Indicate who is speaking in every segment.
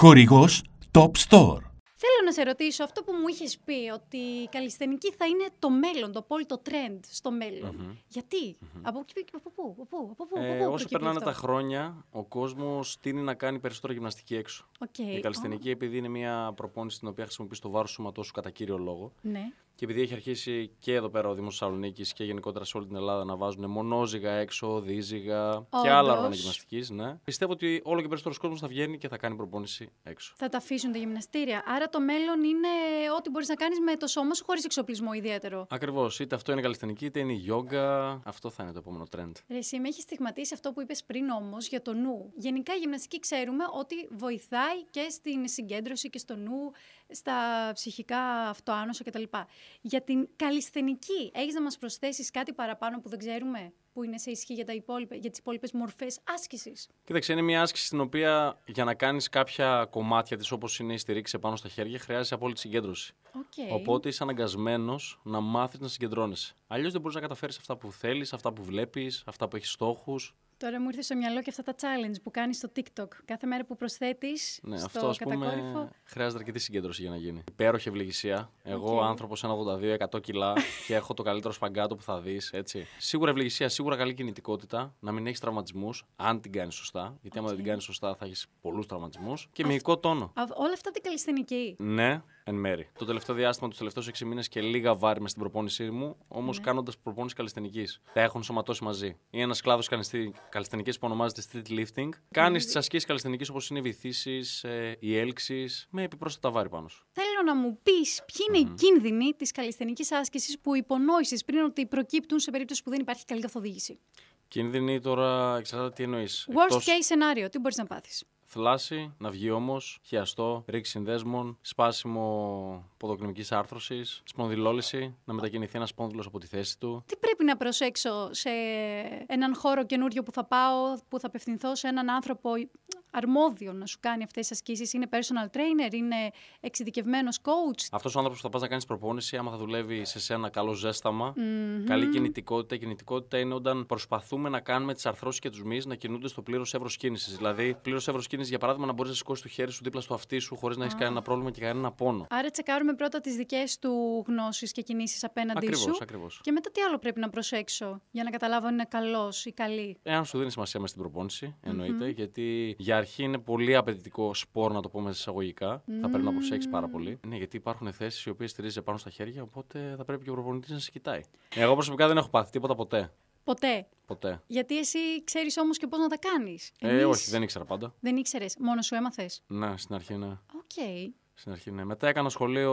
Speaker 1: Χορηγός Top Store.
Speaker 2: Θέλω να σε ρωτήσω αυτό που μου είχες πει, ότι η καλλιστενική θα είναι το μέλλον, το απόλυτο trend στο μέλλον. γιατι Από, εκεί- από πού, από πού, από πού, από
Speaker 3: Ε,
Speaker 2: πού
Speaker 3: όσο
Speaker 2: προκύπτει
Speaker 3: περνάνε
Speaker 2: αυτό?
Speaker 3: τα χρόνια, ο κόσμος τίνει να κάνει περισσότερο γυμναστική έξω.
Speaker 2: Οκ.
Speaker 3: Η καλλιστενική, επειδή είναι μια προπόνηση στην οποία χρησιμοποιείς το βάρο σώματό σου κατά κύριο λόγο,
Speaker 2: Α, Ναι.
Speaker 3: και επειδή έχει αρχίσει και εδώ πέρα ο Δήμος Θεσσαλονίκης και γενικότερα σε όλη την Ελλάδα να βάζουν μονόζυγα έξω, δίζυγα και άλλα
Speaker 2: Όντως.
Speaker 3: όργανα γυμναστική, ναι. Πιστεύω ότι όλο και περισσότερος κόσμος θα βγαίνει και θα κάνει προπόνηση έξω.
Speaker 2: Θα τα αφήσουν τα γυμναστήρια. Άρα το μέλλον είναι ό,τι μπορείς να κάνεις με το σώμα σου χωρίς εξοπλισμό ιδιαίτερο.
Speaker 3: Ακριβώς. Είτε αυτό είναι καλλιστενική, είτε είναι η yoga. Αυτό θα είναι το επόμενο trend.
Speaker 2: Ρε, εσύ με έχεις στιγματίσει αυτό που είπες πριν όμως για το νου. Γενικά η γυμναστική ξέρουμε ότι βοηθάει και στην συγκέντρωση και στο νου, στα ψυχικά αυτοάνοσα κτλ. Για την καλλισθενική, έχεις να μας προσθέσεις κάτι παραπάνω που δεν ξέρουμε, που είναι σε ισχύ για, τα υπόλοιπα, για τις υπόλοιπες μορφές άσκησης.
Speaker 3: Κοίταξε, είναι μια άσκηση στην οποία για να κάνεις κάποια κομμάτια της, όπως είναι η στηρίξη πάνω στα χέρια, χρειάζεσαι απόλυτη συγκέντρωση.
Speaker 2: Okay.
Speaker 3: Οπότε είσαι αναγκασμένος να μάθεις να συγκεντρώνεσαι. Αλλιώς δεν μπορείς να καταφέρεις αυτά που θέλεις, αυτά που βλέπεις, αυτά που έχεις στόχους.
Speaker 2: Τώρα μου ήρθε στο μυαλό και αυτά τα challenge που κάνεις στο TikTok. Κάθε μέρα που προσθέτεις
Speaker 3: Ναι,
Speaker 2: στο
Speaker 3: αυτό ας πούμε
Speaker 2: κατακόρυφο.
Speaker 3: χρειάζεται αρκετή συγκέντρωση για να γίνει. Υπέροχη ευληγησία. Εγώ,
Speaker 2: Οκ.
Speaker 3: άνθρωπος 1,82-100 κιλά και έχω το καλύτερο σπαγκάτο που θα δεις, έτσι. Σίγουρα ευληγησία, σίγουρα καλή κινητικότητα, να μην έχεις τραυματισμούς, αν την κάνεις σωστά. Γιατί άμα δεν την κάνεις σωστά θα έχεις πολλούς τραυματισμούς. Και μυϊκό τόνο.
Speaker 2: Α, όλα αυτά από την καλλισθενική.
Speaker 3: Ναι, εν μέρη. Το τελευταίο διάστημα, τους τελευταίους 6 μήνες και λίγα βάρη μες στην προπόνησή μου, όμως ναι. κάνοντας προπόνηση καλλιστενικής. Τα έχουν σωματώσει μαζί. Είναι ένας κλάδος καλλιστενικής που ονομάζεται street lifting. Κάνει τις ασκήσεις καλλιστενικής όπως είναι οι βυθίσεις, ε, οι έλξεις, με επιπρόσθετα βάρη πάνω σου.
Speaker 2: Θέλω να μου πεις ποιοι ειναι οι κίνδυνοι της καλλισθενικής άσκησης που υπονόησες πριν ότι προκύπτουν σε περίπτωση που δεν υπάρχει καλή καθοδήγηση.
Speaker 3: Κίνδυνοι τώρα, εξαρτάται τι εννοείς.
Speaker 2: Worst case scenario, τι μπορείς να πάθεις.
Speaker 3: θλάση, να βγει όμω, χιαστό, ρήξη συνδέσμων, σπάσιμο ποδοκλινική άρθρωση, σπονδυλόληση, να μετακινηθεί ένας σπόνδυλος από τη θέση του.
Speaker 2: Τι πρέπει να προσέξω σε έναν χώρο καινούριο που θα πάω, που θα απευθυνθώ σε έναν άνθρωπο αρμόδιο να σου κάνει αυτές τις ασκήσεις. Είναι personal trainer, είναι εξειδικευμένος coach.
Speaker 3: Αυτός ο άνθρωπος που θα πας να κάνεις προπόνηση, άμα θα δουλεύει σε σένα καλό ζέσταμα, καλή κινητικότητα. Η κινητικότητα είναι όταν προσπαθούμε να κάνουμε τις αρθρώσεις και τους μυς να κινούνται στο πλήρω εύρο κίνησης. Δηλαδή, πλήρω εύρο κίνησης, για παράδειγμα, να μπορείς να σηκώσεις το χέρι σου δίπλα στο αυτί σου χωρίς να έχεις κανένα πρόβλημα και κανένα πόνο.
Speaker 2: Άρα τσεκάρουμε πρώτα τις δικές του γνώσεις και κινήσεις απέναντί
Speaker 3: Ακριβώ,
Speaker 2: σου.
Speaker 3: ακριβώς.
Speaker 2: Και μετά τι άλλο πρέπει να προσέξω για να καταλάβω αν είναι καλός ή καλή.
Speaker 3: Εάν σου δίνει σημασία μες στην προπόνηση, εννοείται, γιατί για αρχή είναι πολύ απαιτητικό σπορ, να το πούμε εισαγωγικά. Θα πρέπει να προσέξει πάρα πολύ. Ναι, γιατί υπάρχουν θέσεις οι οποίες στηρίζονται πάνω στα χέρια, οπότε θα πρέπει και ο προπονητής να σε κοιτάει. Εγώ προσωπικά δεν έχω πάθει τίποτα ποτέ.
Speaker 2: Ποτέ.
Speaker 3: Ποτέ.
Speaker 2: Γιατί εσύ ξέρεις όμως και πώς να τα κάνεις.
Speaker 3: Ε, όχι, δεν ήξερα πάντα.
Speaker 2: Δεν ήξερες. Μόνο σου έμαθες.
Speaker 3: Ναι, στην αρχή ναι.
Speaker 2: Οκ.
Speaker 3: Στην αρχή, ναι. Μετά έκανα σχολείο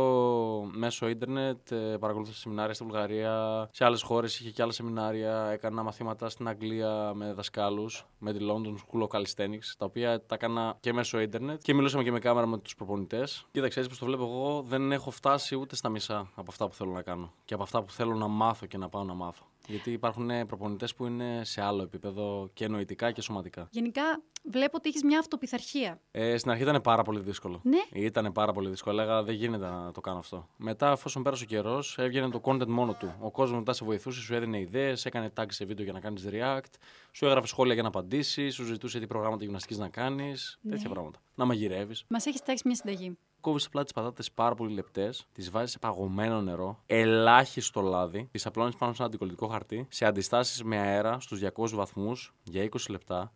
Speaker 3: μέσω ίντερνετ, ε, παρακολουθούσα σεμινάρια στη Βουλγαρία, σε άλλες χώρες είχε και άλλα σεμινάρια. Έκανα μαθήματα στην Αγγλία με δασκάλους, με τη London School of Calisthenics, τα οποία τα έκανα και μέσω ίντερνετ και μιλούσαμε και με κάμερα με τους προπονητές. Κοίταξε, έτσι που το βλέπω εγώ, δεν έχω φτάσει ούτε στα μισά από αυτά που θέλω να κάνω και από αυτά που θέλω να μάθω και να πάω να μάθω. Γιατί υπάρχουν προπονητές που είναι σε άλλο επίπεδο και νοητικά και σωματικά.
Speaker 2: Γενικά βλέπω ότι έχεις μια αυτοπιθαρχία.
Speaker 3: Ε, στην αρχή ήταν πάρα πολύ δύσκολο.
Speaker 2: Ναι.
Speaker 3: Ήταν πάρα πολύ δύσκολο. Έλεγα δεν γίνεται να το κάνω αυτό. Μετά, εφόσον πέρασε ο καιρός, έβγαινε το content μόνο του. Ο κόσμος μετά σε βοηθούσε, σου έδινε ιδέες, έκανε tag σε βίντεο για να κάνεις react, σου έγραφε σχόλια για να απαντήσεις, σου ζητούσε τι προγράμματα γυμναστικής να κάνεις. Τέτοια πράγματα. Να μαγειρεύεις.
Speaker 2: Μας έχεις τάξει μια συνταγή.
Speaker 3: Κόβεις απλά τις πατάτες πάρα πολύ λεπτές, τις βάζεις σε παγωμένο νερό, ελάχιστο λάδι, τις απλώνεις πάνω σε ένα αντικολλητικό χαρτί, σε αντιστάσεις με αέρα στους 200 βαθμούς για 20 λεπτα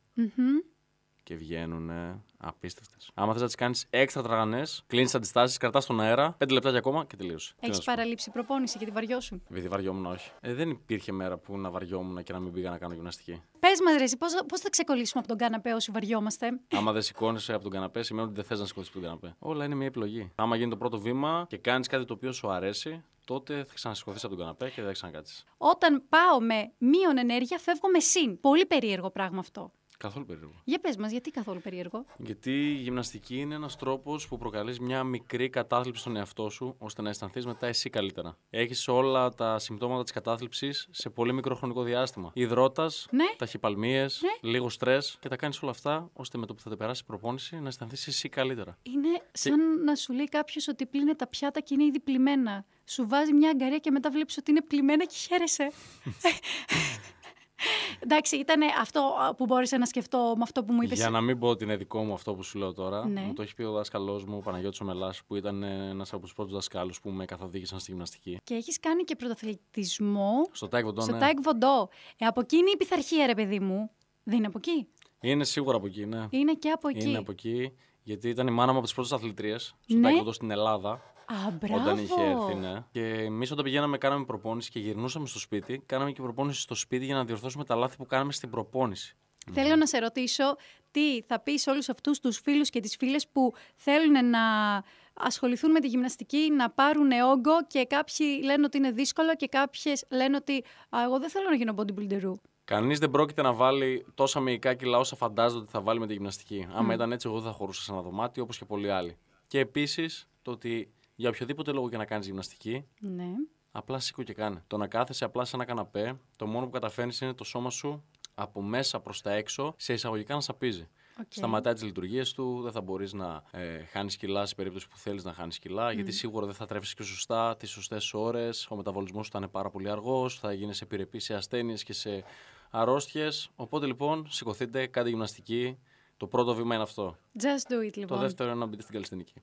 Speaker 3: και βγαίνουν απίστευτες. Άμα θες να τις κάνεις έξτρα τραγανές, κλείνεις αντιστάσεις, κρατάς τον αέρα, 5 λεπτά και ακόμα και τελείωσε. Τι να
Speaker 2: Έχεις
Speaker 3: σου πω.
Speaker 2: παραλείψει προπόνηση γιατί βαριόσουν.
Speaker 3: Επειδή βαριόμουν, όχι. Ε, δεν υπήρχε μέρα που να βαριόμουν και να μην πήγα να κάνω γυμναστική.
Speaker 2: Πες μας, Ρεσί, πώ θα ξεκολλήσουμε από τον καναπέ όσοι βαριόμαστε.
Speaker 3: Άμα δεν σηκώνεσαι από τον καναπέ, σημαίνει ότι δεν θες να σηκωθείς από τον καναπέ. Όλα είναι μια επιλογή. Άμα γίνει το πρώτο βήμα και κάνεις κάτι το οποίο σου αρέσει, τότε θα ξανασηκωθείς από τον καναπέ και δεν θα ξανακάτσεις.
Speaker 2: Όταν πάω με μείον ενέργεια, φεύγω με συν. Πολύ περίεργο πράγμα αυτό.
Speaker 3: Καθόλου περίεργο.
Speaker 2: Για πες μας, γιατί καθόλου περίεργο.
Speaker 3: Γιατί η γυμναστική είναι ένας τρόπος που προκαλείς μια μικρή κατάθλιψη στον εαυτό σου, ώστε να αισθανθείς μετά εσύ καλύτερα. Έχεις όλα τα συμπτώματα της κατάθλιψης σε πολύ μικρό χρονικό διάστημα. Υδρότας,
Speaker 2: Ναι.
Speaker 3: ταχυπαλμίες, λίγο στρες και τα κάνεις όλα αυτά, ώστε με το που θα τα περάσει η προπόνηση να αισθανθείς εσύ καλύτερα.
Speaker 2: Είναι σαν να σου λέει κάποιος ότι πλύνε τα πιάτα και είναι ήδη πλημμένα. Σου βάζει μια αγκαρία και μετά βλέπεις ότι είναι πλημμένα και χαίρεσαι. Εντάξει, ήταν αυτό που μπόρεσα να σκεφτώ με αυτό που μου είπες.
Speaker 3: Για να μην πω ότι είναι δικό μου αυτό που σου λέω τώρα,
Speaker 2: Ναι.
Speaker 3: μου το έχει πει ο δάσκαλός μου, ο Παναγιώτης Ομελάς, που ήταν ένας από τους πρώτους δασκάλους που με καθοδήγησαν στη γυμναστική.
Speaker 2: Και έχεις κάνει και πρωτοαθλητισμό
Speaker 3: Στο Τάικβοντό,
Speaker 2: στο
Speaker 3: ναι.
Speaker 2: Τάικ Βοντό. Ε, από εκεί είναι η πειθαρχία, ρε παιδί μου. Δεν είναι από εκεί.
Speaker 3: Είναι σίγουρα από εκεί, ναι.
Speaker 2: Είναι και από εκεί.
Speaker 3: Είναι από εκεί. Γιατί ήταν η μάνα μου από τις πρώτες αθλητρίες στο
Speaker 2: Ναι.
Speaker 3: Τάικβοντό στην Ελλάδα.
Speaker 2: Α, μπράβο.
Speaker 3: Όταν είχε έρθει, ναι. Και εμείς όταν πηγαίναμε, κάναμε προπόνηση και γυρνούσαμε στο σπίτι, κάναμε και προπόνηση στο σπίτι για να διορθώσουμε τα λάθη που κάναμε στην προπόνηση.
Speaker 2: Θέλω να σε ρωτήσω τι θα πεις σε όλους αυτούς τους φίλους και τις φίλες που θέλουν να ασχοληθούν με τη γυμναστική, να πάρουν όγκο και κάποιοι λένε ότι είναι δύσκολο και κάποιες λένε ότι «Α, εγώ δεν θέλω να γίνω bodybuilderού.
Speaker 3: Κανείς δεν πρόκειται να βάλει τόσα μυϊκά κιλά όσα φαντάζονται ότι θα βάλει με τη γυμναστική. Άμα ήταν έτσι, εγώ δεν θα χωρούσα σε ένα δωμάτιο όπως και πολλοί άλλοι. Και επίσης το ότι για οποιοδήποτε λόγο και να κάνεις γυμναστική,
Speaker 2: Ναι.
Speaker 3: απλά σήκω και κάνε. Το να κάθεσαι απλά σε ένα καναπέ, το μόνο που καταφέρνεις είναι το σώμα σου από μέσα προς τα έξω σε εισαγωγικά να σαπίζει.
Speaker 2: Οκ.
Speaker 3: Σταματάει τις λειτουργίες του, δεν θα μπορείς να ε, χάνεις κιλά σε περίπτωση που θέλεις να χάνεις κιλά, γιατί σίγουρα δεν θα τρέφεις και σωστά τις σωστές ώρες. Ο μεταβολισμός σου θα είναι πάρα πολύ αργός, θα γίνει σε επιρρεπής σε ασθένειες και σε αρρώστιες. Οπότε λοιπόν, σηκωθείτε, κάντε γυμναστική. Το πρώτο βήμα είναι αυτό.
Speaker 2: Just do it λοιπόν.
Speaker 3: Το δεύτερο είναι να μπείτε στην καλλιστενική.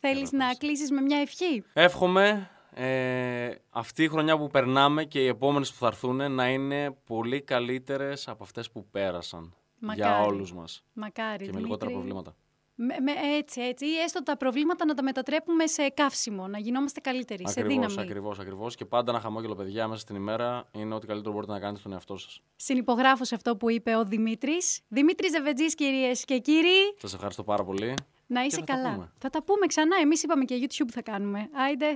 Speaker 2: Θέλεις να κλείσεις με μια ευχή.
Speaker 3: Εύχομαι ε, αυτή η χρονιά που περνάμε και οι επόμενες που θα έρθουν να είναι πολύ καλύτερες από αυτές που πέρασαν. Για
Speaker 2: Μακάρι.
Speaker 3: όλους μας.
Speaker 2: Μακάρι.
Speaker 3: Και με
Speaker 2: Δημήτρη.
Speaker 3: λιγότερα προβλήματα.
Speaker 2: Με, με- έτσι, έτσι. Ή έστω τα προβλήματα να τα μετατρέπουμε σε καύσιμο, να γινόμαστε καλύτεροι, σε
Speaker 3: Ακριβώς,
Speaker 2: δύναμη.
Speaker 3: ακριβώς, ακριβώς. Και πάντα ένα χαμόγελο, παιδιά, μέσα στην ημέρα είναι ό,τι καλύτερο μπορείτε να κάνετε στον εαυτό σας.
Speaker 2: Συνυπογράφω σε αυτό που είπε ο Δημήτρης. Δημήτρης Ζεβετζής, κυρίες και κύριοι.
Speaker 3: Σας ευχαριστώ πάρα πολύ.
Speaker 2: Να είσαι
Speaker 3: θα τα
Speaker 2: καλά.
Speaker 3: πούμε.
Speaker 2: θα τα πούμε ξανά. Εμείς είπαμε και YouTube θα κάνουμε. Άιντε.